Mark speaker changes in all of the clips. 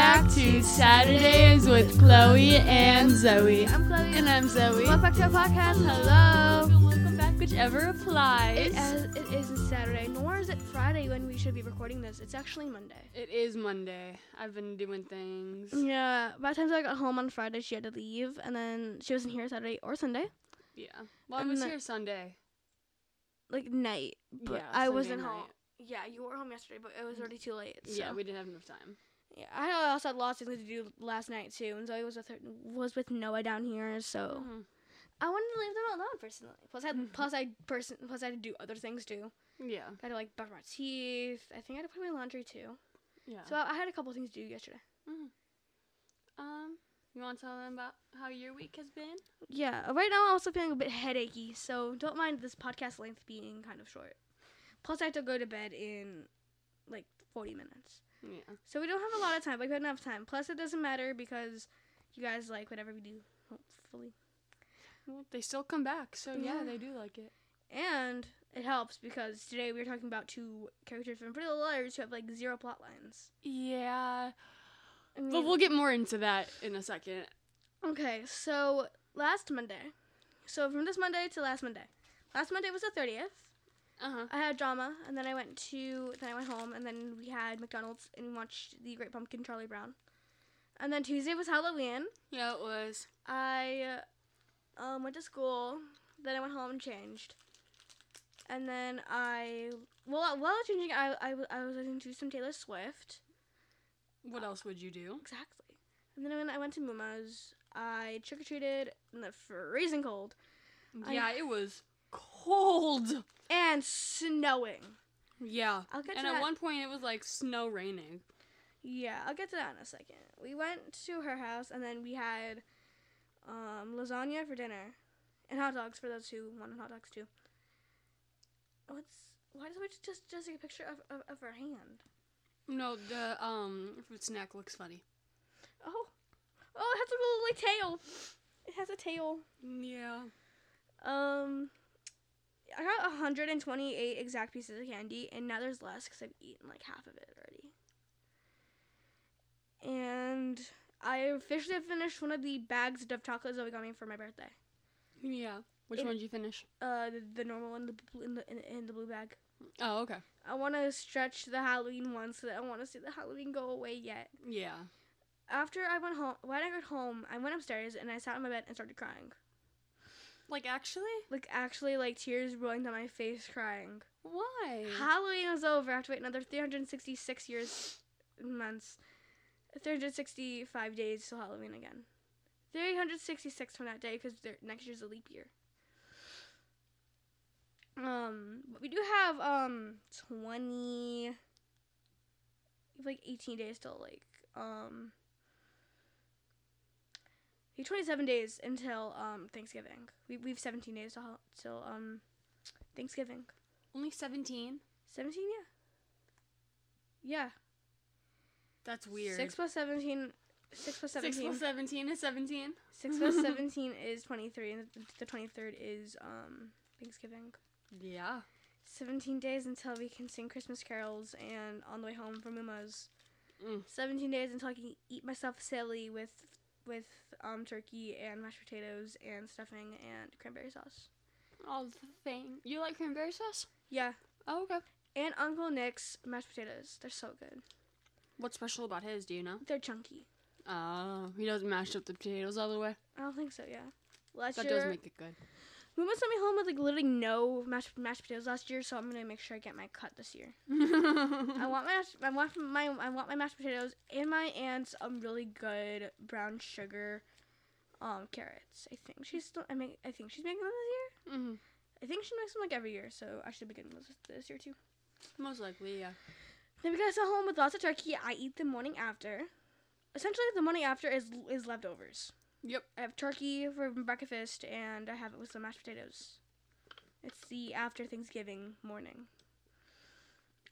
Speaker 1: It's Saturdays with Chloe and Zoe.
Speaker 2: I'm Chloe.
Speaker 1: And I'm Zoe.
Speaker 2: Welcome back to our podcast.
Speaker 1: Hello. And welcome back, whichever applies.
Speaker 2: It, as, it isn't Saturday, nor is it Friday when we should be recording this. It's actually Monday.
Speaker 1: it is Monday. I've been doing things.
Speaker 2: Yeah. By the time I got home on Friday, she had to leave, and then she wasn't here Saturday or Sunday,
Speaker 1: Yeah. Well, I was
Speaker 2: And-
Speaker 1: here Sunday.
Speaker 2: like night. But
Speaker 1: Yeah,
Speaker 2: I
Speaker 1: Sunday
Speaker 2: wasn't
Speaker 1: night.
Speaker 2: home. Yeah, you were home yesterday, but it was already too late. So.
Speaker 1: Yeah, we didn't have enough time.
Speaker 2: Yeah, I also had lots of things to do last night too, and Zoe was with her, was with Noah down here, so
Speaker 1: Mhm.
Speaker 2: Mm-hmm. I wanted to leave them alone personally. Plus, I had, plus I person plus I had to do other things too.
Speaker 1: Yeah.
Speaker 2: I had to like brush my teeth. I think I had to put my laundry too.
Speaker 1: Yeah.
Speaker 2: So I I had a couple things to do yesterday.
Speaker 1: um, you want to tell them about how your week has been?
Speaker 2: Yeah, right now I'm also feeling a bit headachy, so don't mind this podcast length being kind of short. Plus, I have to go to bed in like 40 minutes,
Speaker 1: Yeah.
Speaker 2: so we don't have a lot of time. Like we don't have time. Plus, it doesn't matter because you guys like whatever we do, hopefully,
Speaker 1: Well, they still come back, so yeah,
Speaker 2: Yeah.
Speaker 1: they do like it.
Speaker 2: and it helps because today we were talking about two characters from Pretty Little Liars who have like zero plot lines.
Speaker 1: Yeah.
Speaker 2: I
Speaker 1: But
Speaker 2: mean-
Speaker 1: we'll get more into that in a second.
Speaker 2: Okay, so last Monday, so from this Monday to last Monday, last Monday was the 30th.
Speaker 1: Uh huh.
Speaker 2: I had drama, and then I went to, then I went home, and then we had McDonald's and watched The Great Pumpkin, Charlie Brown, and then Tuesday was Halloween.
Speaker 1: Yeah, it was.
Speaker 2: I um, went to school, then I went home and changed, and then I, well, while changing, I, I, w- I was listening to some Taylor Swift,
Speaker 1: What else would you do?
Speaker 2: exactly, and then when I went to Muma's, I trick or treated in the freezing cold I-
Speaker 1: Yeah, it was cold.
Speaker 2: and snowing.
Speaker 1: Yeah.
Speaker 2: I'll get to
Speaker 1: And at
Speaker 2: that.
Speaker 1: one point, it was like snow raining.
Speaker 2: Yeah, I'll get to that in a second. We went to her house and then we had um, lasagna for dinner and hot dogs for those who wanted hot dogs too. What's why does we just just, just take a picture of, of, of her hand?
Speaker 1: No, the um fruit snack looks funny.
Speaker 2: Oh, oh, it has a little like tail. It has a tail.
Speaker 1: Yeah.
Speaker 2: Um, I got 128 exact pieces of candy, and now there's less because I've eaten like half of it already. And I officially finished one of the bags of chocolate Zoe got me for my birthday.
Speaker 1: Yeah. Which
Speaker 2: It-
Speaker 1: one did you finish?
Speaker 2: Uh, the, the normal one, the blue, in the in, in the blue bag.
Speaker 1: Oh, okay.
Speaker 2: I want to stretch the Halloween one so that I want to see the Halloween go away yet.
Speaker 1: Yeah.
Speaker 2: After I went home, when I got home, I went upstairs and I sat on my bed and started crying.
Speaker 1: Like actually?
Speaker 2: Like actually, like tears rolling down my face, crying.
Speaker 1: Why?
Speaker 2: Halloween is over. I have to wait another 366 years, months, 365 days till Halloween again. 366 from that day because next year's a leap year. Um, but we do have um 20, we have, like 18 days till like um. we have 27 days until um Thanksgiving. We we've 17 days till hol- till um Thanksgiving.
Speaker 1: Only 17?
Speaker 2: 17, yeah. Yeah.
Speaker 1: That's weird.
Speaker 2: 6 plus 17. 6 plus 17.
Speaker 1: Six plus 17 is 17?
Speaker 2: 6 plus 17 is 23, and th- the 23rd is um Thanksgiving.
Speaker 1: Yeah.
Speaker 2: 17 days until we can sing Christmas carols and on the way home from Uma's.
Speaker 1: Mm.
Speaker 2: 17 days until I can eat myself silly with with um turkey and mashed potatoes and stuffing and cranberry sauce.
Speaker 1: All the thing. You like cranberry sauce?
Speaker 2: Yeah.
Speaker 1: Oh, okay.
Speaker 2: And Uncle Nick's mashed potatoes. They're so good.
Speaker 1: What's special about his, do you know?
Speaker 2: They're chunky.
Speaker 1: Oh, he doesn't mash up the potatoes all the way.
Speaker 2: I don't think so, yeah. Last
Speaker 1: That
Speaker 2: year,
Speaker 1: does make it good.
Speaker 2: We sent me home with like literally no mashed, mashed potatoes last year, so I'm gonna make sure I get my cut this year.
Speaker 1: Mm-hmm.
Speaker 2: I want my mash- I want my I want my mashed potatoes and my aunt's um really good brown sugar, um carrots. I think she's still I make I think she's making them this
Speaker 1: hmm
Speaker 2: year. I think she makes them like every year, so I should be getting those this year too.
Speaker 1: Most likely, yeah.
Speaker 2: Then we got sent home with lots of turkey. I eat the morning after. Essentially, the morning after is is leftovers.
Speaker 1: Yep.
Speaker 2: I have turkey for breakfast, and I have it with some mashed potatoes. It's the after Thanksgiving morning.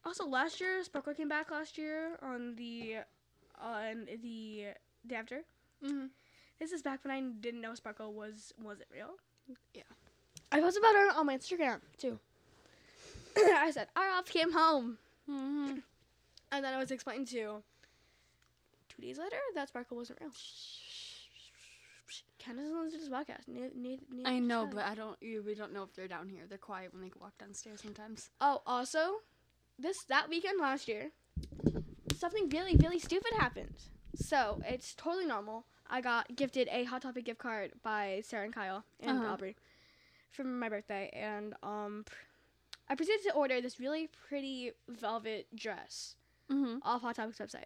Speaker 2: Also, last year Sparkle came back last year on the on the day after.
Speaker 1: Mm-hmm.
Speaker 2: This is back when I didn't know Sparkle was wasn't real.
Speaker 1: Yeah.
Speaker 2: I posted about her on my Instagram too. I said, "Our off came home,"
Speaker 1: Mm-hmm.
Speaker 2: and then I was explaining to two days later that sparkle wasn't real. Ken doesn't listen to this podcast. Neither, neither, neither
Speaker 1: I
Speaker 2: does
Speaker 1: know,
Speaker 2: Shelly.
Speaker 1: but I don't. You, we don't know if they're down here. They're quiet when they walk downstairs sometimes.
Speaker 2: oh, also, this that weekend last year, something really really stupid happened. So it's totally normal. I got gifted a Hot Topic gift card by Sarah and Kyle and
Speaker 1: Uh-huh.
Speaker 2: Aubrey for my birthday, and um, pr- I proceeded to order this really pretty velvet dress
Speaker 1: Mm-hmm.
Speaker 2: off Hot Topic's website.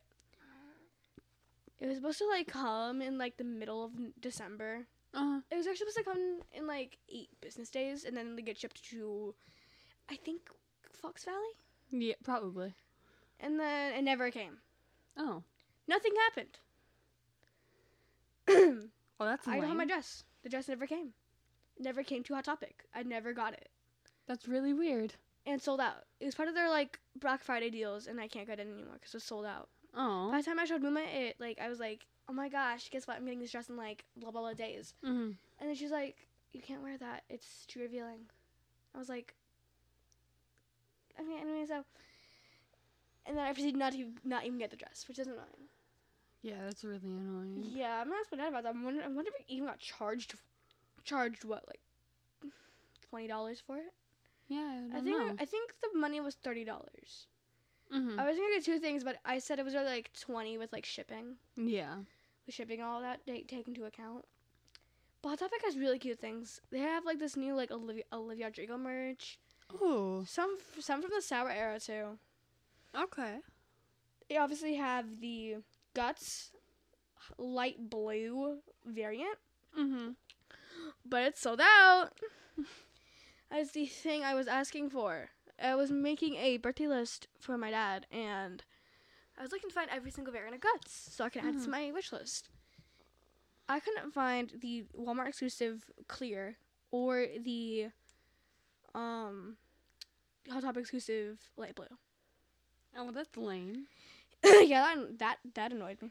Speaker 2: It was supposed to like come in like the middle of n- December.
Speaker 1: Uh,
Speaker 2: It was actually supposed to come in like eight business days, and then they get shipped to, I think, Fox Valley,
Speaker 1: yeah, probably.
Speaker 2: and then it never came.
Speaker 1: Oh,
Speaker 2: Nothing happened.
Speaker 1: well, that's
Speaker 2: I
Speaker 1: lame.
Speaker 2: got my dress. The dress never came. It never came to Hot Topic. I never got it,
Speaker 1: that's really weird.
Speaker 2: and sold out. It was part of their like Black Friday deals, and I can't get it anymore because it's sold out.
Speaker 1: Oh.
Speaker 2: By the time I showed Muma it, like I was like, oh my gosh, guess what? I'm getting this dress in like blah blah blah days.
Speaker 1: Mm-hmm.
Speaker 2: And then she's like, "You can't wear that. It's too revealing." I was like, "Okay, anyway, so." And then I proceeded not to not even get the dress, which is annoying.
Speaker 1: Yeah, that's really annoying.
Speaker 2: Yeah, I'm not so mad about that. I'm wonder, I wonder if we even got charged, charged what like twenty dollars for it.
Speaker 1: Yeah, I,
Speaker 2: I
Speaker 1: don't
Speaker 2: think
Speaker 1: know.
Speaker 2: I think the money was thirty dollars.
Speaker 1: Mhm.
Speaker 2: I was gonna get two things, but I said it was already like twenty with like shipping,
Speaker 1: yeah.
Speaker 2: with shipping all that take, take into account. But Hot Topic has really cute things. They have like this new like Olivia Olivia Rodrigo merch.
Speaker 1: Oh.
Speaker 2: Some some from the sour era too.
Speaker 1: Okay.
Speaker 2: They obviously have the guts light blue variant,
Speaker 1: Mm-hmm.
Speaker 2: but it's sold out. That's the thing I was asking for. I was making a birthday list for my dad, and I was looking to find every single variant of guts so I can add it to
Speaker 1: Mhm.
Speaker 2: my wish list. I couldn't find the Walmart exclusive clear or the um Hot Topic exclusive light blue.
Speaker 1: Oh, well, that's lame.
Speaker 2: yeah, that, that that annoyed me.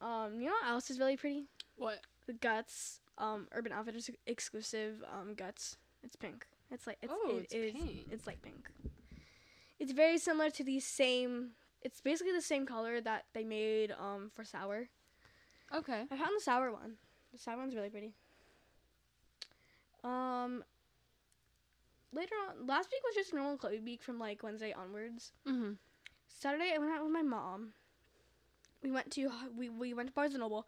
Speaker 2: Um, you know what else is really pretty?
Speaker 1: What?
Speaker 2: The guts. Um, Urban Outfitters ex- exclusive. Um, guts. It's pink. It's like it's
Speaker 1: Oh,
Speaker 2: it
Speaker 1: it's
Speaker 2: is-
Speaker 1: pink.
Speaker 2: it's like pink. It's very similar to the same. It's basically the same color that they made um for sour.
Speaker 1: Okay.
Speaker 2: I found the sour one. The sour one's really pretty. Um. Later on, last week was just normal Chloe week from like Wednesday onwards.
Speaker 1: Mm-hmm.
Speaker 2: Saturday, I went out with my mom. We went to we, we went to Barnes and Noble.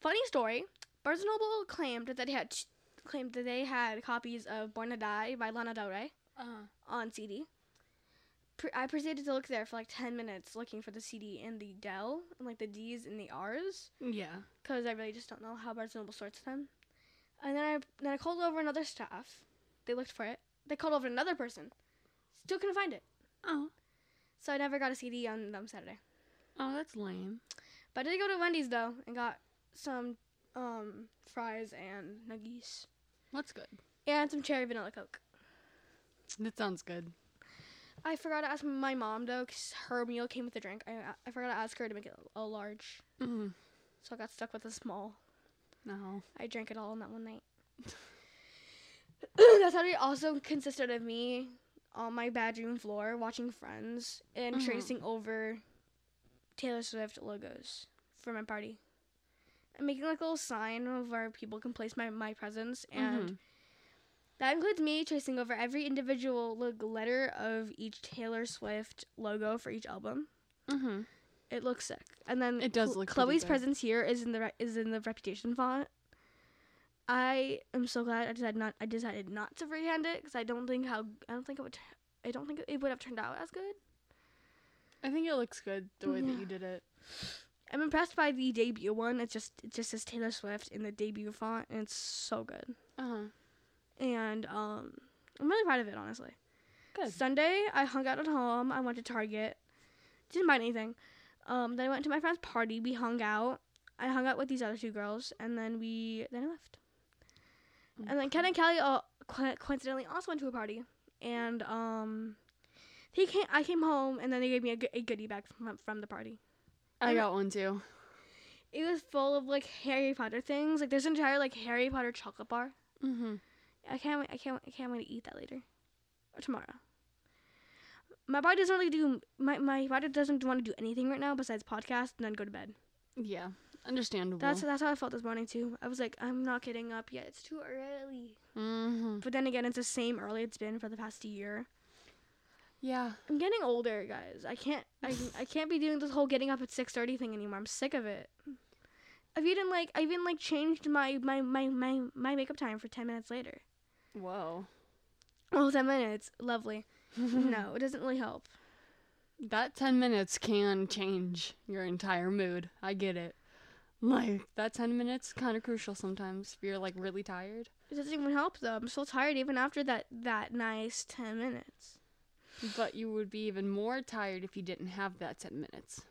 Speaker 2: Funny story. Barnes and Noble claimed that they had claimed that they had copies of Born to Die by Lana Del Rey
Speaker 1: Uh,
Speaker 2: on CD. Pre- I proceeded to look there for like ten minutes looking for the CD and the Del and like the D's and the R's
Speaker 1: yeah.
Speaker 2: because I really just don't know how Barnes and Noble sorts them. And then I then I called over another staff. They looked for it. They called over another person. Still couldn't find it.
Speaker 1: Oh.
Speaker 2: So I never got a CD on them Saturday.
Speaker 1: Oh, that's lame.
Speaker 2: But I did go to Wendy's though and got some um fries and nuggies
Speaker 1: That's good.
Speaker 2: and some cherry vanilla coke.
Speaker 1: That sounds good.
Speaker 2: I forgot to ask my mom though because her meal came with a drink. I I forgot to ask her to make it a large,
Speaker 1: Mm-hmm.
Speaker 2: so I got stuck with a small.
Speaker 1: No.
Speaker 2: I drank it all in that one night. That's how it also consisted of me on my bedroom floor watching Friends and
Speaker 1: Mhm.
Speaker 2: tracing over Taylor Swift logos for my party. I'm making like a little sign of where people can place my, my presents, and
Speaker 1: Mhm.
Speaker 2: that includes me tracing over every individual look letter of each Taylor Swift logo for each album.
Speaker 1: Mm-hmm.
Speaker 2: It looks sick. And then
Speaker 1: It does
Speaker 2: Cl-
Speaker 1: look pretty
Speaker 2: Chloe's
Speaker 1: good.
Speaker 2: presence here is in the re- is in the reputation font. I am so glad I decided not I decided not to freehand it because I don't think how I don't think it would I don't think it would have turned out as good.
Speaker 1: I think it looks good the way that
Speaker 2: Yeah.
Speaker 1: you did it.
Speaker 2: I'm impressed by the debut one. It's just it just says Taylor Swift in the debut font and it's so good.
Speaker 1: Uh-huh.
Speaker 2: And um I'm really proud of it honestly.
Speaker 1: Good.
Speaker 2: Sunday I hung out at home. I went to Target. Didn't buy anything. Um then I went to my friend's party. We hung out. I hung out with these other two girls and then we then I left. And then Ken and Kelly uh, co- coincidentally also went to a party, and um, he came. I came home, and then they gave me a, go- a goodie bag from from the party.
Speaker 1: I got one too.
Speaker 2: It was full of like Harry Potter things. Like there's an entire like Harry Potter chocolate bar.
Speaker 1: Mm-hmm.
Speaker 2: I can't wait. I can't. I can't wait to eat that later, or tomorrow. my body doesn't really do my, my body doesn't want to do anything right now besides podcast and then go to bed.
Speaker 1: Yeah, understandable.
Speaker 2: That's that's how I felt this morning too. I was like, I'm not getting up yet. It's too early.
Speaker 1: hmm
Speaker 2: But then again, it's the same early it's been for the past year.
Speaker 1: Yeah,
Speaker 2: I'm getting older, guys. I can't I, I can't be doing this whole getting up at 6:30 thing anymore. I'm sick of it. I've even like I've even like changed my my my my, my makeup time for 10 minutes later.
Speaker 1: whoa.
Speaker 2: Oh, 10 minutes. Lovely. no, it doesn't really help.
Speaker 1: That 10 minutes can change your entire mood. I get it. Like, that 10 minutes kind of crucial sometimes if you're like really tired.
Speaker 2: It doesn't even help though. I'm still tired even after that that nice 10 minutes.
Speaker 1: But you would be even more tired if you didn't have that 10 minutes.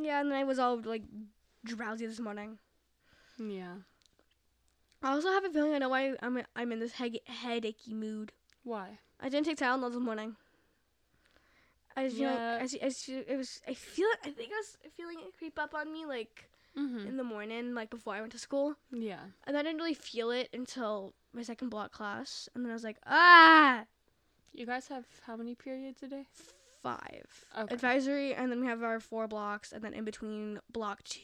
Speaker 2: Yeah, and then I was all like drowsy this morning.
Speaker 1: Yeah.
Speaker 2: I also have a feeling I know why I'm I'm in this he- headachy mood.
Speaker 1: Why?
Speaker 2: I didn't take Tylenol this morning. I just feel
Speaker 1: Yeah.
Speaker 2: like I, see, I see, it was I feel I think I was feeling it creep up on me like
Speaker 1: Mm-hmm.
Speaker 2: in the morning like before I went to school
Speaker 1: Yeah.
Speaker 2: and I didn't really feel it until my second block class and then I was like ah
Speaker 1: You guys have how many periods a day?
Speaker 2: five
Speaker 1: Okay.
Speaker 2: advisory and then we have our four blocks and then in between block two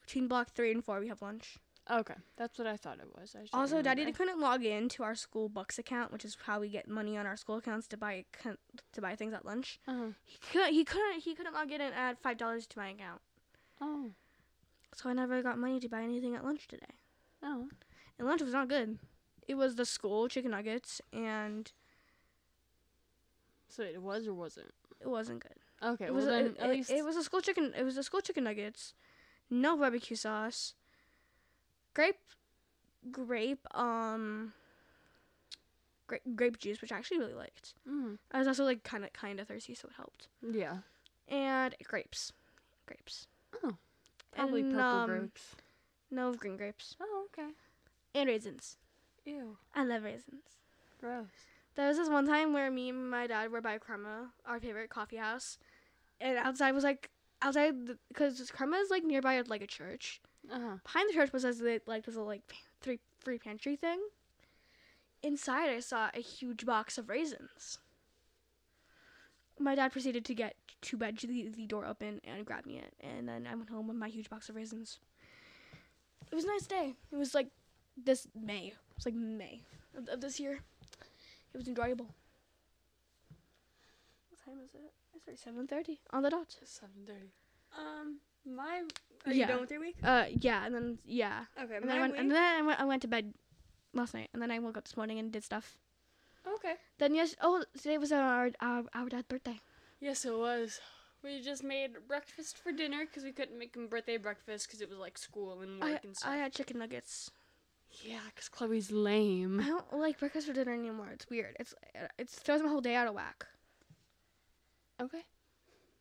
Speaker 2: between block three and four we have lunch.
Speaker 1: Okay. That's what I thought it was. I just
Speaker 2: Also,
Speaker 1: remember.
Speaker 2: Daddy couldn't log in to our school Bucks account, which is how we get money on our school accounts to buy con- to buy things at lunch.
Speaker 1: Uh-huh.
Speaker 2: He could he couldn't he couldn't log in and add five dollars to my account,
Speaker 1: Oh.
Speaker 2: so I never got money to buy anything at lunch today.
Speaker 1: Oh.
Speaker 2: And lunch was not good. It was the school chicken nuggets, and
Speaker 1: So it was or wasn't?
Speaker 2: it wasn't good.
Speaker 1: Okay.
Speaker 2: It was
Speaker 1: well,
Speaker 2: a,
Speaker 1: then
Speaker 2: it,
Speaker 1: at least.
Speaker 2: it, it was a school chicken. It was a school chicken nuggets, no barbecue sauce, grape, grape um, grape grape juice, which I actually really liked.
Speaker 1: mm,
Speaker 2: I was also like kind of kind of thirsty, so it helped.
Speaker 1: yeah.
Speaker 2: And grapes, grapes.
Speaker 1: Oh, Probably
Speaker 2: And,
Speaker 1: purple
Speaker 2: um,
Speaker 1: groups.
Speaker 2: No green grapes
Speaker 1: Oh, okay.
Speaker 2: and raisins.
Speaker 1: Ew.
Speaker 2: I love raisins.
Speaker 1: Gross.
Speaker 2: There was this one time where me and my dad were by Crema, our favorite coffee house, and outside was like outside because Crema is like nearby like a church.
Speaker 1: Uh huh.
Speaker 2: Behind the church was this li- like this little like pan- three free pantry thing. Inside, I saw a huge box of raisins. My dad proceeded to get to bed, the, the door open, and grab me it. And then I went home with my huge box of raisins. It was a nice day. It was like this May. It was like May of, of this year. It was enjoyable. What time is it? It's like seven thirty on the dot.
Speaker 1: Seven thirty. Um, my.
Speaker 2: are you Yeah. done
Speaker 1: with your week?
Speaker 2: Uh, yeah, and then yeah.
Speaker 1: Okay,
Speaker 2: And then, I went, and then I went, I went to bed last night, and then I woke up this morning and did stuff.
Speaker 1: okay.
Speaker 2: Then yes, oh, today was our our, our dad's birthday.
Speaker 1: Yes, it was. We just made breakfast for dinner because we couldn't make him birthday breakfast because it was like school and work
Speaker 2: I,
Speaker 1: and stuff.
Speaker 2: I had chicken nuggets.
Speaker 1: yeah, because Chloe's
Speaker 2: I
Speaker 1: lame.
Speaker 2: don't like breakfast for dinner anymore. It's weird. It's it throws my whole day out of whack.
Speaker 1: Okay,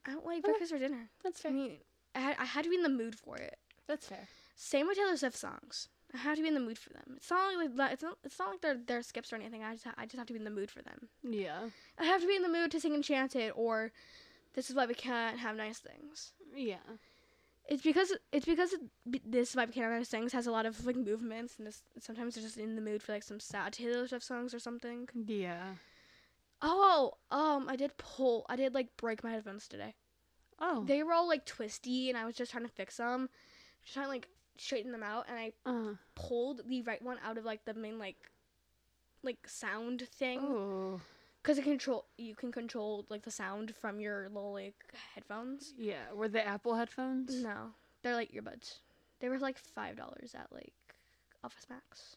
Speaker 2: I don't like
Speaker 1: Okay.
Speaker 2: breakfast for dinner.
Speaker 1: that's
Speaker 2: I mean, I had, I had to be in the mood for it.
Speaker 1: That's fair.
Speaker 2: Same with Taylor Swift songs. I have to be in the mood for them. It's not like like- it's not, it's not like they're they're skips or anything. I just ha- I just have to be in the mood for them.
Speaker 1: Yeah.
Speaker 2: I have to be in the mood to sing Enchanted or This is why we can't have nice things.
Speaker 1: Yeah.
Speaker 2: It's because it's because it, b- this vibe Canada sings has a lot of like movements, and this, sometimes they're just in the mood for like some sad Taylor Swift songs or something.
Speaker 1: Yeah.
Speaker 2: Oh, um, I did pull, I did like break my headphones today.
Speaker 1: Oh.
Speaker 2: They were all like twisty, and I was just trying to fix them, just trying to like straighten them out, and I
Speaker 1: uh.
Speaker 2: pulled the right one out of like the main like like sound thing
Speaker 1: Oh.
Speaker 2: because it control you can control like the sound from your little like headphones.
Speaker 1: Yeah. Were the Apple headphones?
Speaker 2: No, they're like earbuds. They were like five dollars at like Office Max.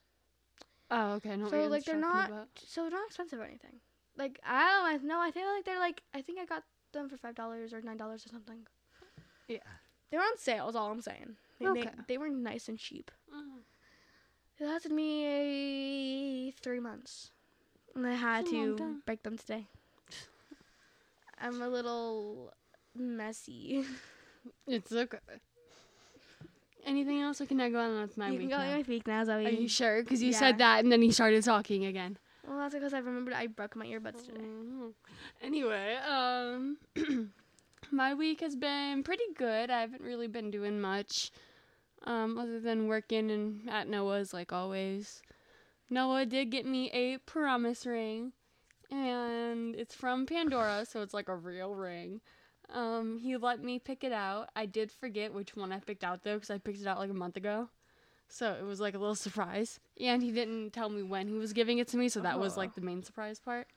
Speaker 1: Oh, okay. I know what
Speaker 2: So
Speaker 1: you're
Speaker 2: like they're
Speaker 1: talking
Speaker 2: not
Speaker 1: about.
Speaker 2: so they're not expensive or anything. Like I don't know. I feel like they're like I think I got them for five dollars or nine dollars or something.
Speaker 1: Yeah.
Speaker 2: They were on sale. Is all I'm saying. They, they-
Speaker 1: Okay.
Speaker 2: they, were nice and cheap.
Speaker 1: Mm.
Speaker 2: It lasted me three months, and I had
Speaker 1: That's a long
Speaker 2: to
Speaker 1: time.
Speaker 2: break them today. I'm a little messy.
Speaker 1: It's okay. Anything else? I can I go on with my
Speaker 2: you can
Speaker 1: week
Speaker 2: go
Speaker 1: now?
Speaker 2: in my feet now, Zoe.
Speaker 1: Are you sure? Because you
Speaker 2: Yeah.
Speaker 1: said that, and then he started talking again.
Speaker 2: well, that's because I remembered I broke my earbuds today.
Speaker 1: Mm-hmm. Anyway, um, my week has been pretty good. I haven't really been doing much, um, other than working and at Noah's like always. Noah did get me a promise ring, and It's from Pandora, so it's like a real ring. Um, he let me pick it out. I did forget which one I picked out though, because I picked it out like a month ago. So it was like a little surprise. And he didn't tell me when he was giving it to me, so that was
Speaker 2: Oh.
Speaker 1: like the main surprise part.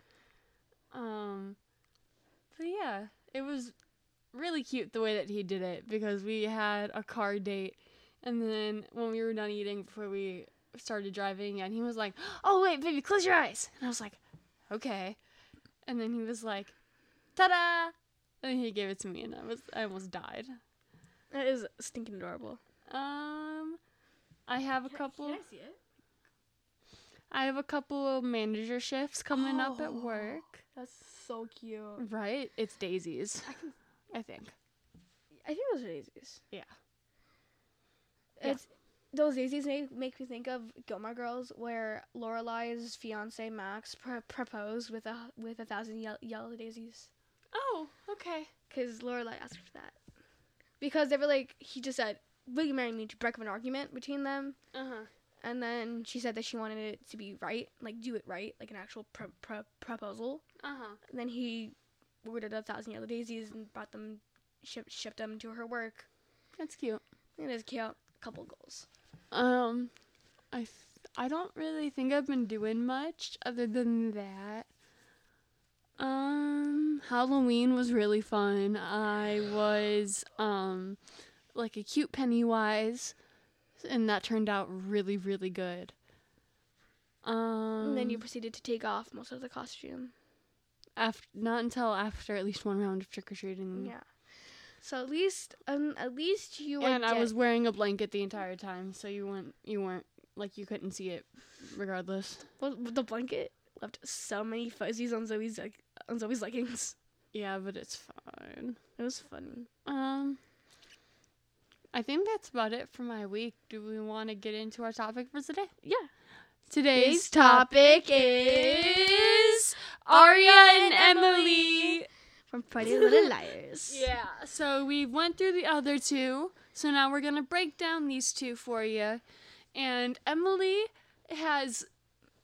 Speaker 1: Um, but yeah, it was really cute the way that he did it because we had a car date. And then when we were done eating before we started driving, and he was like, Oh, wait, baby, close your eyes. And I was like, Okay. And then he was like, Ta da! And he gave it to me, and I was I almost died.
Speaker 2: That is stinking adorable.
Speaker 1: Um, I have a couple.
Speaker 3: Can I see it?
Speaker 1: I have a couple of manager shifts coming up at
Speaker 3: Oh.
Speaker 1: work.
Speaker 3: That's so cute.
Speaker 1: Right? It's daisies.
Speaker 3: I can-
Speaker 1: I think.
Speaker 2: I think those are daisies.
Speaker 1: Yeah. Yeah.
Speaker 2: It's those daisies make, make me think of Gilmore Girls, where Lorelai's fiance Max pr- proposed with a with a thousand yel- yellow daisies,
Speaker 1: Oh, okay.
Speaker 2: because Lorelai asked for that. Because they were like, he just said, "Will you marry me?" to break up an argument between them,
Speaker 1: Uh
Speaker 3: Uh-huh.
Speaker 1: huh.
Speaker 2: and then she said that she wanted it to be right, like do it right, like an actual pro- pro- proposal.
Speaker 1: Uh
Speaker 3: Uh-huh.
Speaker 1: huh.
Speaker 2: And then he ordered a thousand yellow daisies and brought them, ship- shipped them to her work.
Speaker 1: That's cute.
Speaker 2: It is cute. Couple goals.
Speaker 1: Um, I th- I don't really think I've been doing much other than that. Um, Halloween was really fun. I was um like a cute Pennywise, and that turned out really really good. Um,
Speaker 2: and then you proceeded to take off most of the costume.
Speaker 1: after not until after at least one round of trick or treating.
Speaker 2: Yeah. So at least, um, at least you were.
Speaker 1: And I
Speaker 2: dead.
Speaker 1: was wearing a blanket the entire time, so you weren't you weren't like you couldn't see it, regardless.
Speaker 2: Well, the blanket left so many fuzzies on Zoe's like on Zoe's leggings.
Speaker 1: Yeah, but it's fine.
Speaker 2: It was funny.
Speaker 1: Um, I think that's about it for my week. Do we want to get into our topic for today?
Speaker 2: Yeah.
Speaker 1: Today's
Speaker 2: topic
Speaker 1: is Aria and Emily.
Speaker 2: from Friday Little Liars.
Speaker 1: Yeah, so we went through the other two, so now we're gonna break down these two for you. And Emily has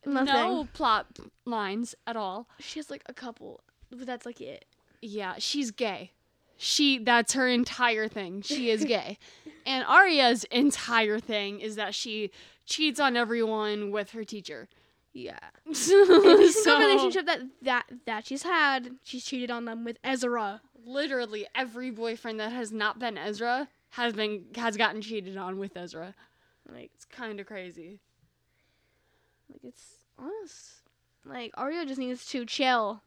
Speaker 2: Nothing.
Speaker 1: no plot lines at all.
Speaker 2: She has like a couple, but that's like it.
Speaker 1: Yeah, she's gay. She that's her entire thing. She is gay. and Arya's entire thing is that she cheats on everyone with her teacher.
Speaker 2: Yeah. Every single
Speaker 1: so
Speaker 2: relationship that that that she's had, she's cheated on them with Ezra.
Speaker 1: literally every boyfriend that has not been Ezra has been has gotten cheated on with Ezra.
Speaker 2: Like,
Speaker 1: It's kind of crazy.
Speaker 2: like it's honest. Like Aria just needs to chill.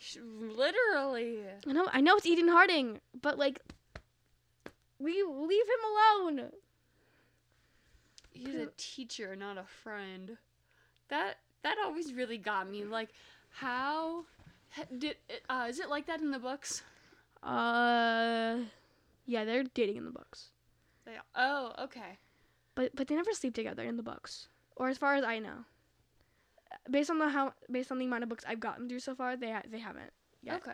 Speaker 1: She, literally.
Speaker 2: I know, I know it's Eden Harding, but like, we leave him alone.
Speaker 1: He's a teacher, not a friend. That that always really got me. Like how h- did uh, is it like that in the books?
Speaker 2: Uh, yeah, they're dating in the books,
Speaker 1: They oh okay.
Speaker 2: but but they never sleep together in the books, or as far as I know. Based on the how, based on the amount of books I've gotten through so far, they ha- they haven't. Yeah.
Speaker 1: Okay.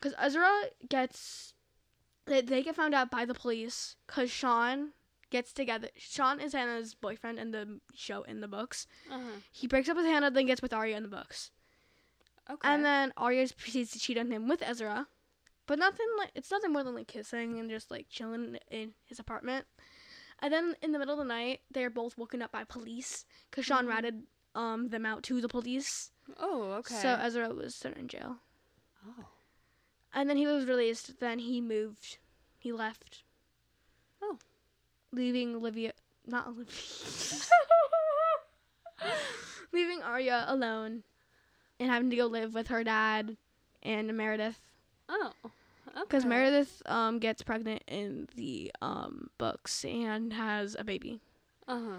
Speaker 2: Because Ezra gets, they they get found out by the police. Cause Sean gets together. Sean is Hannah's boyfriend in the show in the books.
Speaker 1: Uh-huh.
Speaker 2: He breaks up with Hannah, then gets with Arya in the books.
Speaker 1: Okay.
Speaker 2: And then Arya proceeds to cheat on him with Ezra. But nothing like it's nothing more than like kissing and just like chilling in his apartment. And then in the middle of the night, they're both woken up by police because Sean
Speaker 1: Mhm.
Speaker 2: ratted um them out to the police.
Speaker 1: oh okay.
Speaker 2: So uh, Ezra was thrown in jail.
Speaker 1: oh.
Speaker 2: And then he was released. Then he moved. He left.
Speaker 1: Oh.
Speaker 2: Leaving Olivia, not Olivia. leaving Arya alone, and having to go live with her dad and Meredith.
Speaker 1: Oh.
Speaker 2: because
Speaker 1: okay.
Speaker 2: Meredith um gets pregnant in the um books and has a baby.
Speaker 1: Uh-huh.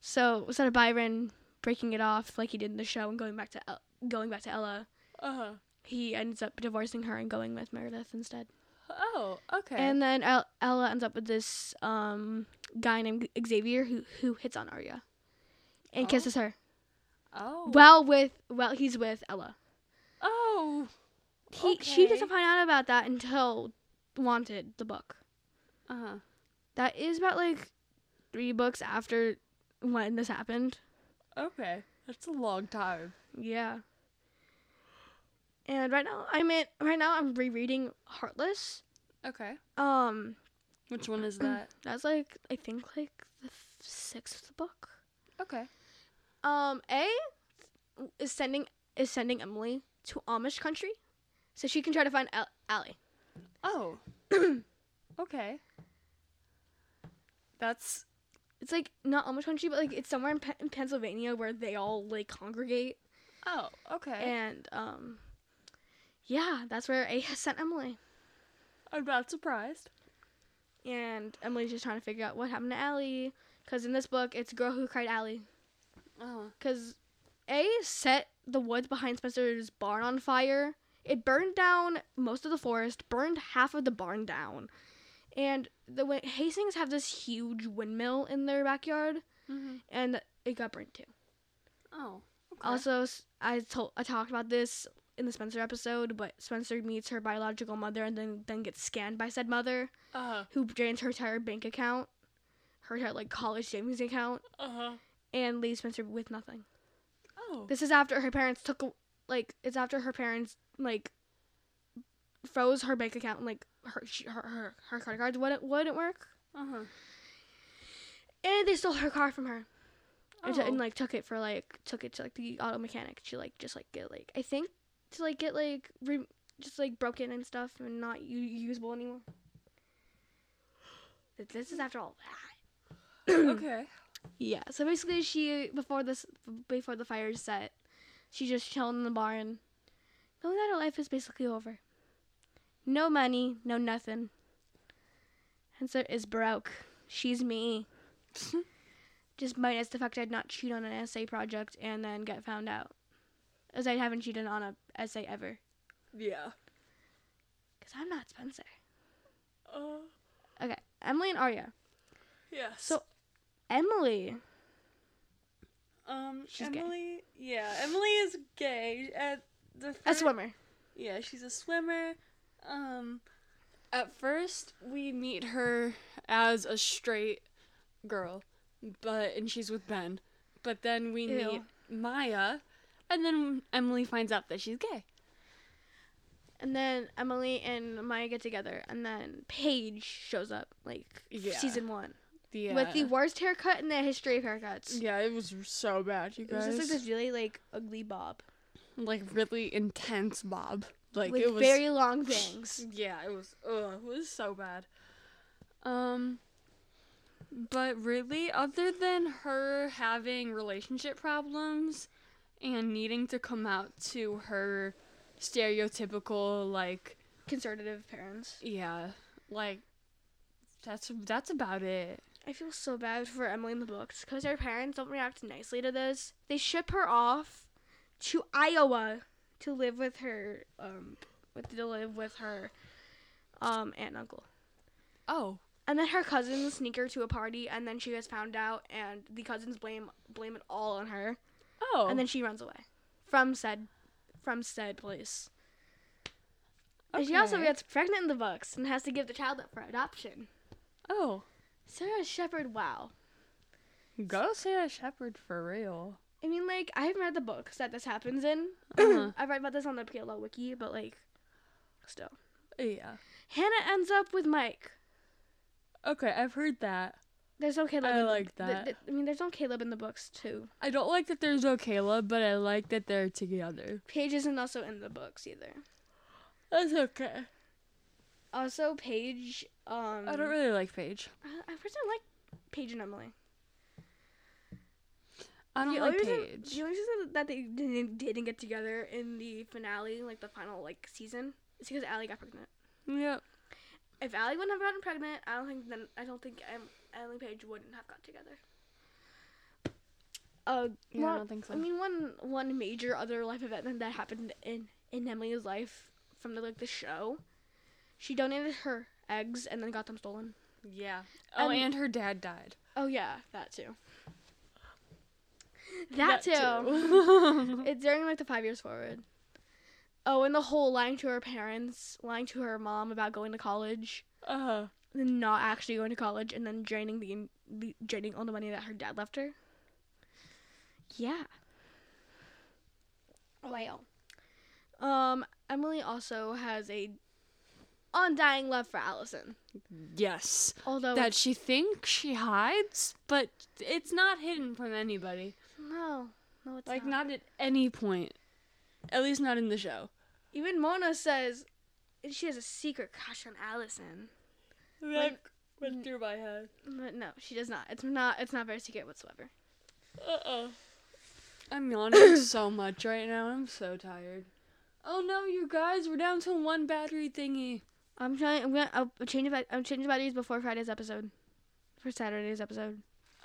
Speaker 2: So instead of Byron breaking it off like he did in the show and going back to El- going back to Ella,
Speaker 1: Uh-huh.
Speaker 2: he ends up divorcing her and going with Meredith instead.
Speaker 1: Oh, okay.
Speaker 2: And then El- Ella ends up with this um guy named Xavier who who hits on Arya and
Speaker 1: Oh.
Speaker 2: kisses her.
Speaker 1: oh.
Speaker 2: Well, with well he's with Ella.
Speaker 1: Oh.
Speaker 2: He she
Speaker 1: Okay.
Speaker 2: doesn't find out about that until Wanted the book.
Speaker 1: Uh-huh.
Speaker 2: That is about like three books after when this happened.
Speaker 1: Okay. That's a long time.
Speaker 2: Yeah. And right now I'm in, right now I'm rereading Heartless.
Speaker 1: Okay.
Speaker 2: Um,
Speaker 1: Which one is that?
Speaker 2: that's like I think like the f- sixth book.
Speaker 1: okay.
Speaker 2: Um, A is sending is sending Emily to Amish country, so she can try to find Al- Allie.
Speaker 1: Oh. okay. That's
Speaker 2: It's like not Amish country, but like it's somewhere in, Pe- in Pennsylvania where they all like congregate,
Speaker 1: oh okay.
Speaker 2: and um, yeah, that's where A has sent Emily,
Speaker 1: I'm not surprised.
Speaker 2: and Emily's just trying to figure out what happened to Allie, because in this book it's girl who cried Allie,
Speaker 1: Oh.
Speaker 2: because A set the woods behind Spencer's barn on fire. It burned down most of the forest, burned half of the barn down. And the wi- Hastings have this huge windmill in their backyard,
Speaker 1: Mm-hmm.
Speaker 2: and it got burnt too.
Speaker 1: Oh. Okay.
Speaker 2: Also, s- I told I talked about this in the Spencer episode, but Spencer meets her biological mother and then then gets scanned by said mother,
Speaker 1: Uh
Speaker 2: who drains her entire bank account, her entire like college savings account,
Speaker 1: huh.
Speaker 2: and leaves Spencer with nothing.
Speaker 1: Uh-huh. Oh.
Speaker 2: This is after her parents took a- like it's after her parents like froze her bank account and like her she, her, her her credit cards wouldn't wouldn't work,
Speaker 1: Uh huh.
Speaker 2: and they stole her car from her. And, t-
Speaker 1: Oh.
Speaker 2: and like took it for like took it to like the auto mechanic to like just like get like I think to like get like re- just like broken and stuff and not u- usable anymore. Th- This is after all that.
Speaker 1: okay.
Speaker 2: Yeah. So basically, she before this before the fire set, she just chilling in the barn, knowing that her life is basically over. No money, no nothing. And so is broke. She's me just minus the fact I'd not cheat on an essay project and then get found out, as I haven't cheated on a essay ever.
Speaker 1: yeah.
Speaker 2: Cause I'm not Spencer.
Speaker 1: Uh.
Speaker 2: Okay, Emily and Arya.
Speaker 1: Yes.
Speaker 2: So Emily,
Speaker 1: um,
Speaker 2: she's gay.
Speaker 1: Emily. Yeah, Emily is gay. At the
Speaker 2: a
Speaker 1: fir-
Speaker 2: swimmer.
Speaker 1: Yeah, she's a swimmer. Um, at first we meet her as a straight girl, but and she's with Ben. But then we
Speaker 2: Ew.
Speaker 1: meet Maya, and then Emily finds out that she's gay.
Speaker 2: And then Emily and Maya get together, and then Paige shows up, like
Speaker 1: Yeah.
Speaker 2: season one,
Speaker 1: Yeah.
Speaker 2: with the worst haircut in the history of haircuts.
Speaker 1: uh, yeah, it was so bad, you
Speaker 2: It was just like this really like ugly bob,
Speaker 1: like really intense bob. Like
Speaker 2: with
Speaker 1: it was
Speaker 2: very long bangs.
Speaker 1: Yeah, it was. Ugh, it was so bad. Um, but really, other than her having relationship problems and needing to come out to her stereotypical, like,
Speaker 2: Conservative parents.
Speaker 1: yeah, like that's that's about it.
Speaker 2: I feel so bad for Emily in the books because her parents don't react nicely to this. They ship her off to Iowa to live with her, um, with to live with her, um, aunt and uncle.
Speaker 1: Oh,
Speaker 2: And then her cousins sneak her to a party, and then she gets found out, and the cousins blame blame it all on her,
Speaker 1: oh,
Speaker 2: and then she runs away from said from said place. And she also
Speaker 1: Okay.
Speaker 2: gets pregnant in the books and has to give the child up for adoption.
Speaker 1: oh,
Speaker 2: Sarah Shepard, wow.
Speaker 1: go Sarah Shepherd for real.
Speaker 2: I mean, like, I haven't read the books that this happens in.
Speaker 1: Uh-huh.
Speaker 2: I've read about this on the PLO wiki, but, like, still.
Speaker 1: Yeah.
Speaker 2: Hannah ends up with Mike.
Speaker 1: Okay, I've heard that.
Speaker 2: There's no Caleb.
Speaker 1: I
Speaker 2: in the-
Speaker 1: like
Speaker 2: the-
Speaker 1: that.
Speaker 2: the- I mean, there's no Caleb in the books, too.
Speaker 1: I don't like that there's no Caleb, but I like that they're together.
Speaker 2: Paige isn't also in the books either.
Speaker 1: That's okay.
Speaker 2: Also, Paige. Um,
Speaker 1: I don't really like Paige.
Speaker 2: I, I personally like Paige and Emily.
Speaker 1: I don't
Speaker 2: the
Speaker 1: like
Speaker 2: only reason,
Speaker 1: Paige.
Speaker 2: The only reason that they didn't, didn't get together in the finale, like the final like season, is because Allie got pregnant.
Speaker 1: Yep.
Speaker 2: If Allie wouldn't have gotten pregnant, I don't think then I don't think Em- Emily Page wouldn't have got together. Uh,
Speaker 1: Yeah, I
Speaker 2: not-
Speaker 1: don't think so.
Speaker 2: I mean, one one major other life event that- that happened in in Emily's life from the like the show, she donated her eggs and then got them stolen.
Speaker 1: yeah. Oh,
Speaker 2: Um,
Speaker 1: and her dad died.
Speaker 2: Oh yeah, that too. That, too.
Speaker 1: too.
Speaker 2: It's during like the five years forward. Oh, and the whole lying to her parents, lying to her mom about going to college.
Speaker 1: uh,
Speaker 2: then not actually going to college and then draining the, the draining all the money that her dad left her. Yeah. Wow. Um, Emily also has a undying love for Allison.
Speaker 1: Yes.
Speaker 2: Although
Speaker 1: That she thinks she hides, but it's not hidden from anybody.
Speaker 2: no, no, it's
Speaker 1: Like,
Speaker 2: not.
Speaker 1: not at any point. At least not in the show.
Speaker 2: Even Mona says she has a secret crush on Allison. That
Speaker 1: went through my head.
Speaker 2: But no, she does not. It's not. It's not very secret whatsoever.
Speaker 1: Uh oh. I'm yawning so much right now. I'm so tired. Oh no, you guys, we're down to one battery thingy.
Speaker 2: I'm trying. I'm gonna. I'll change. About, I'm changing about these before Friday's episode, for Saturday's episode.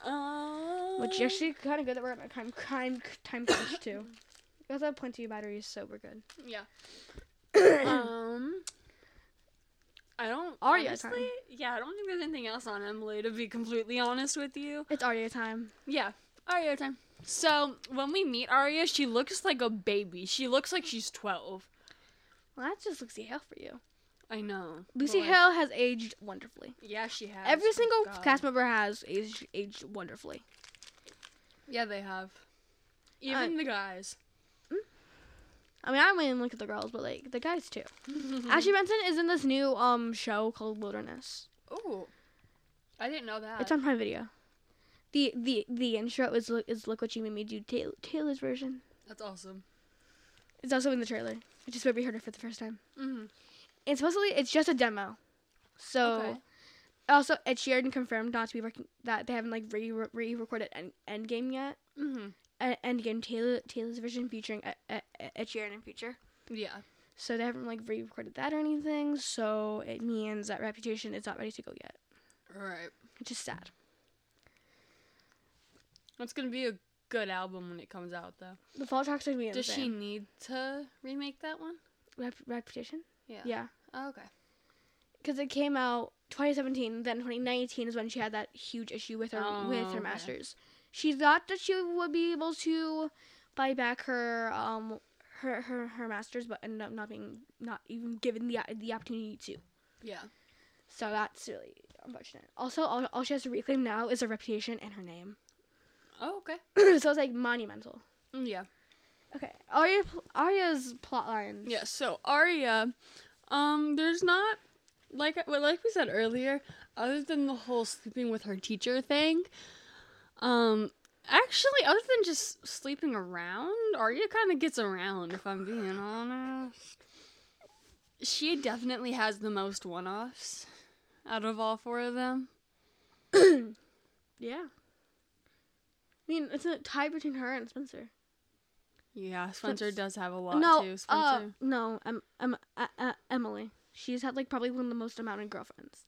Speaker 1: Oh.
Speaker 2: Which actually kind of good that we're at my time time time crunch too. Because I have plenty of batteries, so we're good.
Speaker 1: Yeah. um. I don't.
Speaker 2: Are you
Speaker 1: honestly,
Speaker 2: time?
Speaker 1: Yeah, I don't think there's anything else on Emily. To be completely honest with you.
Speaker 2: It's Aria time.
Speaker 1: Yeah. Aria time. So when we meet Aria, she looks like a baby. She looks like she's twelve.
Speaker 2: Well, that's just Lucy Hale for you.
Speaker 1: I know.
Speaker 2: Lucy
Speaker 1: Boy.
Speaker 2: Hale has aged wonderfully.
Speaker 1: Yeah, she has.
Speaker 2: Every
Speaker 1: Thank
Speaker 2: single
Speaker 1: God.
Speaker 2: cast member has aged, aged wonderfully.
Speaker 1: Yeah, they have. Even the guys.
Speaker 2: I mean, I don't even look at the girls, but like the guys too. Ashley Benson is in this new um show called Wilderness.
Speaker 1: Ooh. I didn't know that.
Speaker 2: It's on Prime Video. The the the intro is look is look what you made me do Taylor, Taylor's version.
Speaker 1: That's awesome.
Speaker 2: It's also in the trailer. I just maybe heard it for the first time.
Speaker 1: Mm-hmm.
Speaker 2: And supposedly it's just a demo. So
Speaker 1: Okay.
Speaker 2: also Ed Sheeran confirmed not to be working that they haven't like re re recorded end, Endgame yet.
Speaker 1: Mm-hmm.
Speaker 2: Uh, Endgame Taylor Taylor's version featuring Ed, Ed, Ed Sheeran in future.
Speaker 1: Yeah.
Speaker 2: So they haven't like re-recorded that or anything. So it means that Reputation is not ready to go yet,
Speaker 1: All right.
Speaker 2: which is sad.
Speaker 1: That's gonna be a good album when it comes out, though.
Speaker 2: The fall tracks are gonna be
Speaker 1: Does she
Speaker 2: insane.
Speaker 1: need to remake that one?
Speaker 2: Rep- Reputation?
Speaker 1: Yeah.
Speaker 2: Yeah,
Speaker 1: Oh, okay.
Speaker 2: because it came out 2017. Then 2019 is when she had that huge issue with her
Speaker 1: Oh,
Speaker 2: with her
Speaker 1: okay.
Speaker 2: masters. She thought that she would be able to buy back her um her her, her masters, but ended up not being not even given the the opportunity to.
Speaker 1: Yeah.
Speaker 2: So that's really unfortunate. Also, all, all she has to reclaim now is her reputation and her name.
Speaker 1: Oh, okay.
Speaker 2: so it's like monumental.
Speaker 1: Mm, Yeah.
Speaker 2: Okay, Arya, pl- Arya's plot lines.
Speaker 1: Yeah. So Arya, um, there's not like well, like we said earlier, other than the whole sleeping with her teacher thing, um, actually, other than just sleeping around, Arya kind of gets around. If I'm being honest, she definitely has the most one-offs out of all four of them.
Speaker 2: yeah. I mean, it's a tie between her and Spencer.
Speaker 1: Yeah, Spencer
Speaker 2: Spenc-
Speaker 1: does have a lot
Speaker 2: no,
Speaker 1: too. Spencer.
Speaker 2: uh, no, um, um, uh, uh, Emily. She's had like probably one of the most amount of girlfriends.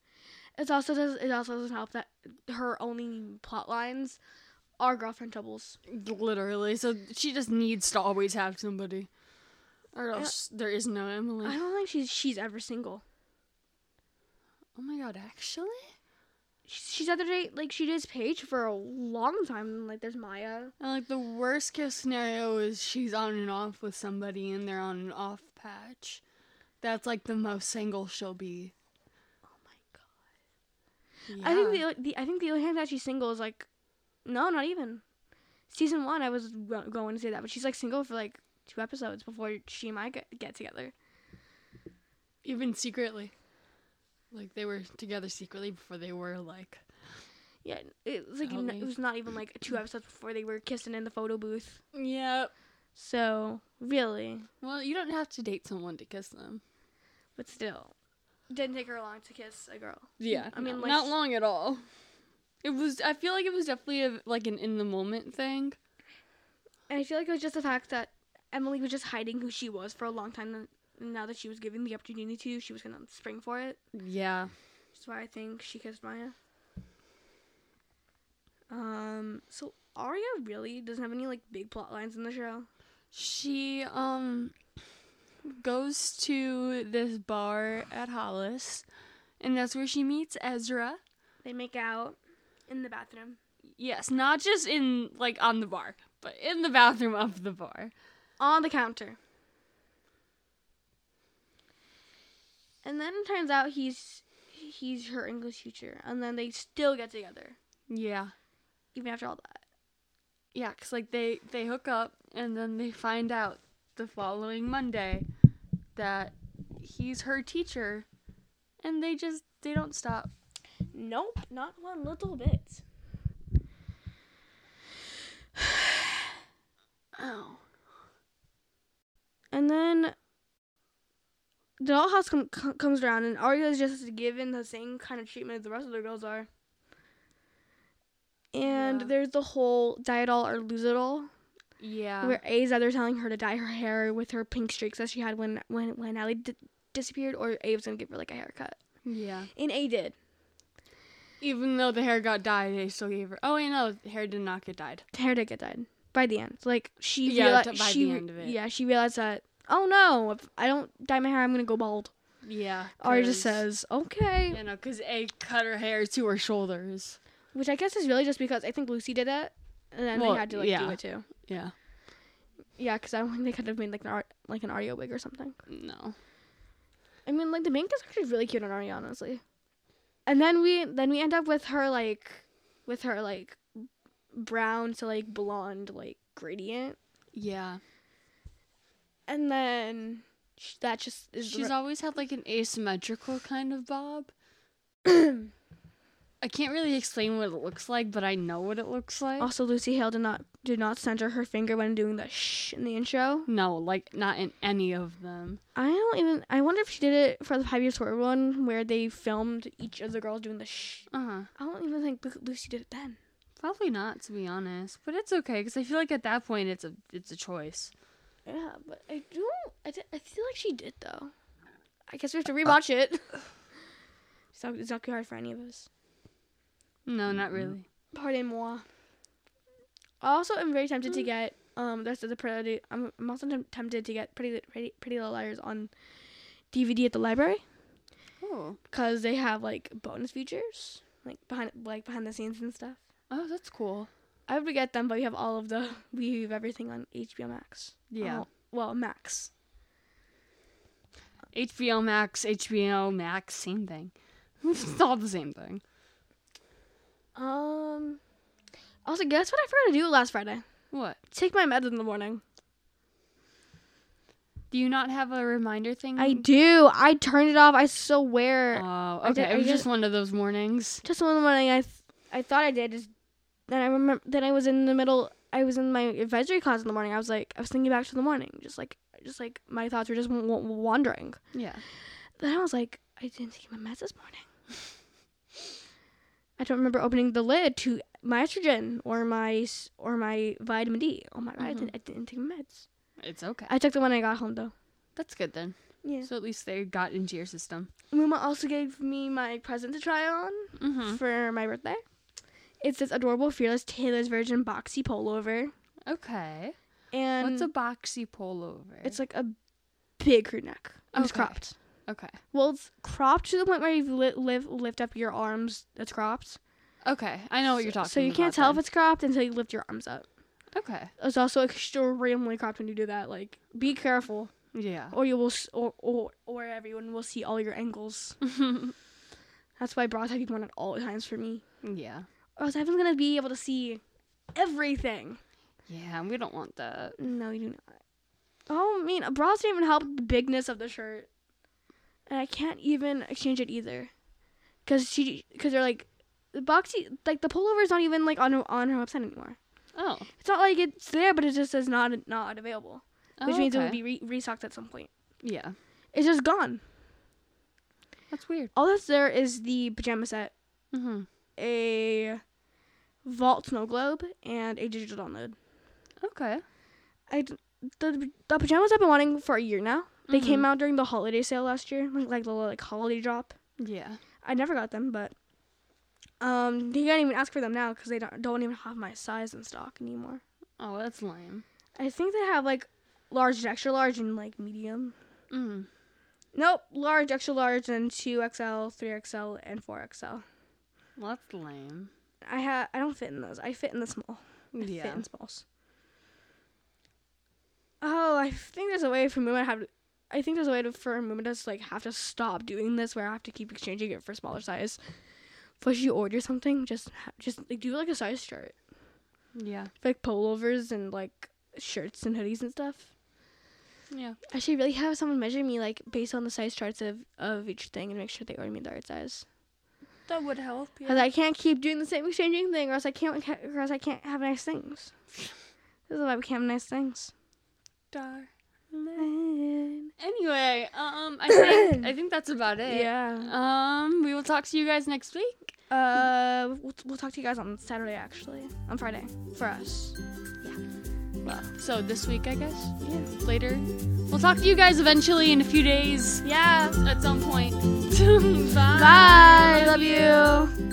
Speaker 2: It also does. It also doesn't help that her only plot lines are girlfriend troubles.
Speaker 1: Literally. So she just needs to always have somebody. Or else there is no Emily.
Speaker 2: I don't think she's she's ever single.
Speaker 1: oh my god, actually?
Speaker 2: She, she's other date like she dates Paige for a long time. and, Like there's Maya.
Speaker 1: And like the worst case scenario is she's on and off with somebody and they're on an off patch. That's like the most single she'll be.
Speaker 2: Oh my god.
Speaker 1: Yeah.
Speaker 2: I think the, o- the I think the only time that she's single is like, no, not even. Season one, I was go- going to say that, but she's like single for like two episodes before she and I get, get together.
Speaker 1: even secretly. Like they were together secretly before they were like
Speaker 2: Yeah, it was like
Speaker 1: Help
Speaker 2: n-
Speaker 1: me.
Speaker 2: it was not even like two episodes before they were kissing in the photo booth.
Speaker 1: Yeah.
Speaker 2: So really,
Speaker 1: Well, you don't have to date someone to kiss them.
Speaker 2: but still, didn't take her long to kiss a girl.
Speaker 1: Yeah,
Speaker 2: I mean,
Speaker 1: no,
Speaker 2: like-
Speaker 1: not long at all. It was. I feel like it was definitely a, like an in the moment thing.
Speaker 2: And I feel like it was just the fact that Emily was just hiding who she was for a long time. And now that she was given the opportunity to, she was gonna spring for it.
Speaker 1: Yeah.
Speaker 2: That's why I think she kissed Maya. Um, so Arya really doesn't have any like big plot lines in the show.
Speaker 1: She um goes to this bar at Hollis, and that's where she meets Ezra.
Speaker 2: They make out in the bathroom.
Speaker 1: Yes, not just in like on the bar, but in the bathroom of the bar.
Speaker 2: On the counter. And then it turns out he's he's her English teacher, and then they still get together,
Speaker 1: Yeah.
Speaker 2: even after all that.
Speaker 1: Yeah, 'cause like they they hook up and then they find out the following Monday that he's her teacher, and they just they don't stop.
Speaker 2: Nope, not one little bit.
Speaker 1: Oh,
Speaker 2: And then the dollhouse com- com- comes around, and Arya is just given the same kind of treatment as the rest of the girls are. And
Speaker 1: Yeah.
Speaker 2: there's the whole die it all or lose it all,
Speaker 1: yeah,
Speaker 2: where A's either telling her to dye her hair with her pink streaks that she had when when when Allie d- disappeared, or A was gonna give her like a haircut.
Speaker 1: yeah.
Speaker 2: And A did.
Speaker 1: Even though the hair got dyed, they still gave her. Oh wait, no, the hair did not get dyed.
Speaker 2: hair did get dyed by the end. Like she
Speaker 1: Yeah,
Speaker 2: reali-
Speaker 1: t- by
Speaker 2: she
Speaker 1: the
Speaker 2: re-
Speaker 1: end of it.
Speaker 2: yeah she realized that oh no if I don't dye my hair I'm gonna go bald.
Speaker 1: Yeah,
Speaker 2: Arya just
Speaker 1: 'cause-
Speaker 2: says okay,
Speaker 1: you know, because A cut her hair to her shoulders.
Speaker 2: which I guess is really just because I think Lucy did it and then
Speaker 1: Well,
Speaker 2: they had to like do
Speaker 1: yeah.
Speaker 2: it too.
Speaker 1: Yeah,
Speaker 2: Yeah, because I don't think they could have made like an Ar- like an Arya wig or something.
Speaker 1: no.
Speaker 2: I mean like the mink is actually really cute on Arya honestly, and then we then we end up with her like with her like brown to like blonde like gradient,
Speaker 1: Yeah,
Speaker 2: and then sh- that just is the
Speaker 1: she's always had like an asymmetrical kind of bob. I can't really explain what it looks like, but I know what it looks like.
Speaker 2: Also, Lucy Hale did not did not center her finger when doing the shh in the intro.
Speaker 1: No, like not in any of them.
Speaker 2: I don't even. I wonder if she did it for the Five Years Horror one where they filmed each of the girls doing the shh.
Speaker 1: Uh huh.
Speaker 2: I don't even think Lu- Lucy did it then.
Speaker 1: Probably not, to be honest. But it's okay because I feel like at that point it's a it's a choice.
Speaker 2: Yeah, but I do. I, di- I feel like she did though. I guess we have to rewatch it. It's not, it's not too hard for any of us.
Speaker 1: No, not really.
Speaker 2: Pardon moi. I also am very tempted to get um that's the pretty. I'm, I'm also tem- tempted to get Pretty Li- Pretty Pretty Little Liars on DVD at the library.
Speaker 1: Oh,
Speaker 2: because they have like bonus features, like behind like behind the scenes and stuff.
Speaker 1: oh, that's cool.
Speaker 2: I would get them, but we have all of the we have everything on HBO Max.
Speaker 1: Yeah,
Speaker 2: Oh, well, Max.
Speaker 1: HBO Max, HBO Max, same thing. it's all the same thing.
Speaker 2: Um. Also, guess what I forgot to do last Friday?
Speaker 1: What?
Speaker 2: Take my meds in the morning.
Speaker 1: Do you not have a reminder thing?
Speaker 2: I do. I turned it off. I swear.
Speaker 1: Oh,
Speaker 2: I
Speaker 1: okay.
Speaker 2: did- I
Speaker 1: it was
Speaker 2: did-
Speaker 1: just one of those mornings.
Speaker 2: Just one morning, I th- I thought I did. Just then I remember. Then I was in the middle. I was in my advisory class in the morning. I was like, I was thinking back to the morning, just like, just like my thoughts were just w- w- wandering.
Speaker 1: Yeah.
Speaker 2: Then I was like, I didn't take my meds this morning. I don't remember opening the lid to my estrogen or my s- or my vitamin D. Oh my god, I,
Speaker 1: Mhm.
Speaker 2: didn't, I didn't take my meds.
Speaker 1: It's okay.
Speaker 2: I took the one I got home though.
Speaker 1: That's good then.
Speaker 2: Yeah.
Speaker 1: So at least they got into your system.
Speaker 2: Muma also gave me my present to try on
Speaker 1: Mm-hmm.
Speaker 2: for my birthday. It's this adorable Fearless Taylor's Virgin boxy pullover,
Speaker 1: Okay.
Speaker 2: and
Speaker 1: What's a boxy pullover?
Speaker 2: it's like a big crew neck. And It's
Speaker 1: Okay.
Speaker 2: cropped.
Speaker 1: okay.
Speaker 2: Well, it's cropped to the point where you li- lift lift up your arms. It's cropped.
Speaker 1: Okay. I know what you're
Speaker 2: So-
Speaker 1: talking.
Speaker 2: So you
Speaker 1: about
Speaker 2: can't tell
Speaker 1: then.
Speaker 2: if it's cropped until you lift your arms up.
Speaker 1: Okay.
Speaker 2: It's also extremely cropped when you do that. Like, be careful,
Speaker 1: Yeah.
Speaker 2: or you will, s- or or or everyone will see all your angles. That's why bras have to be worn at all times for me,
Speaker 1: yeah.
Speaker 2: or else everyone's gonna be able to see everything.
Speaker 1: Yeah, and we don't want that.
Speaker 2: No, you do not. Oh, I mean, bras don't even help the bigness of the shirt, and I can't even exchange it either, because she, because they're like, the boxy, like the pullover's not even like on on her website anymore.
Speaker 1: Oh,
Speaker 2: It's not like it's there, but it just says not not available. which means it would be re- restocked at some point.
Speaker 1: yeah.
Speaker 2: It's just gone.
Speaker 1: That's weird.
Speaker 2: All that's there is the pajama set,
Speaker 1: Mm-hmm.
Speaker 2: a vault snow globe, and a digital download.
Speaker 1: Okay.
Speaker 2: I d- the the pajamas I've been wanting for a year now. They
Speaker 1: Mm-hmm.
Speaker 2: came out during the holiday sale last year, like like the little, like holiday drop.
Speaker 1: Yeah.
Speaker 2: I never got them, but um, they can't even ask for them now because they don't don't even have my size in stock anymore.
Speaker 1: Oh, that's lame.
Speaker 2: I think they have like large, and extra large, and like medium.
Speaker 1: Mm.
Speaker 2: Nope, large, extra large, and two XL, three XL, and four XL.
Speaker 1: Well, that's lame.
Speaker 2: I ha- I don't fit in those. I fit in the small. I
Speaker 1: Yeah.
Speaker 2: Fit in smalls. Oh, I think there's a way for Mooma to have. I think there's a way to, for Mooma to just, like have to stop doing this, where I have to keep exchanging it for smaller size. But you order something, just ha- just like do like a size chart,
Speaker 1: Yeah.
Speaker 2: like pullovers and like shirts and hoodies and stuff.
Speaker 1: Yeah.
Speaker 2: I should really have someone measure me like based on the size charts of, of each thing and make sure they order me the right size.
Speaker 1: That would help.
Speaker 2: Because I can't keep doing the same exchanging thing, or else I can't, or else I can't have nice things. This is why we can't have nice things.
Speaker 1: Anyway, um, I think I think that's about it.
Speaker 2: Yeah.
Speaker 1: Um, we will talk to you guys next week.
Speaker 2: Uh, we'll, we'll talk to you guys on Saturday, actually, on Friday for us.
Speaker 1: Well, so this week, I guess.
Speaker 2: Yeah.
Speaker 1: Later, we'll talk to you guys eventually in a few days
Speaker 2: Yeah.
Speaker 1: at some point.
Speaker 2: Bye. Love you.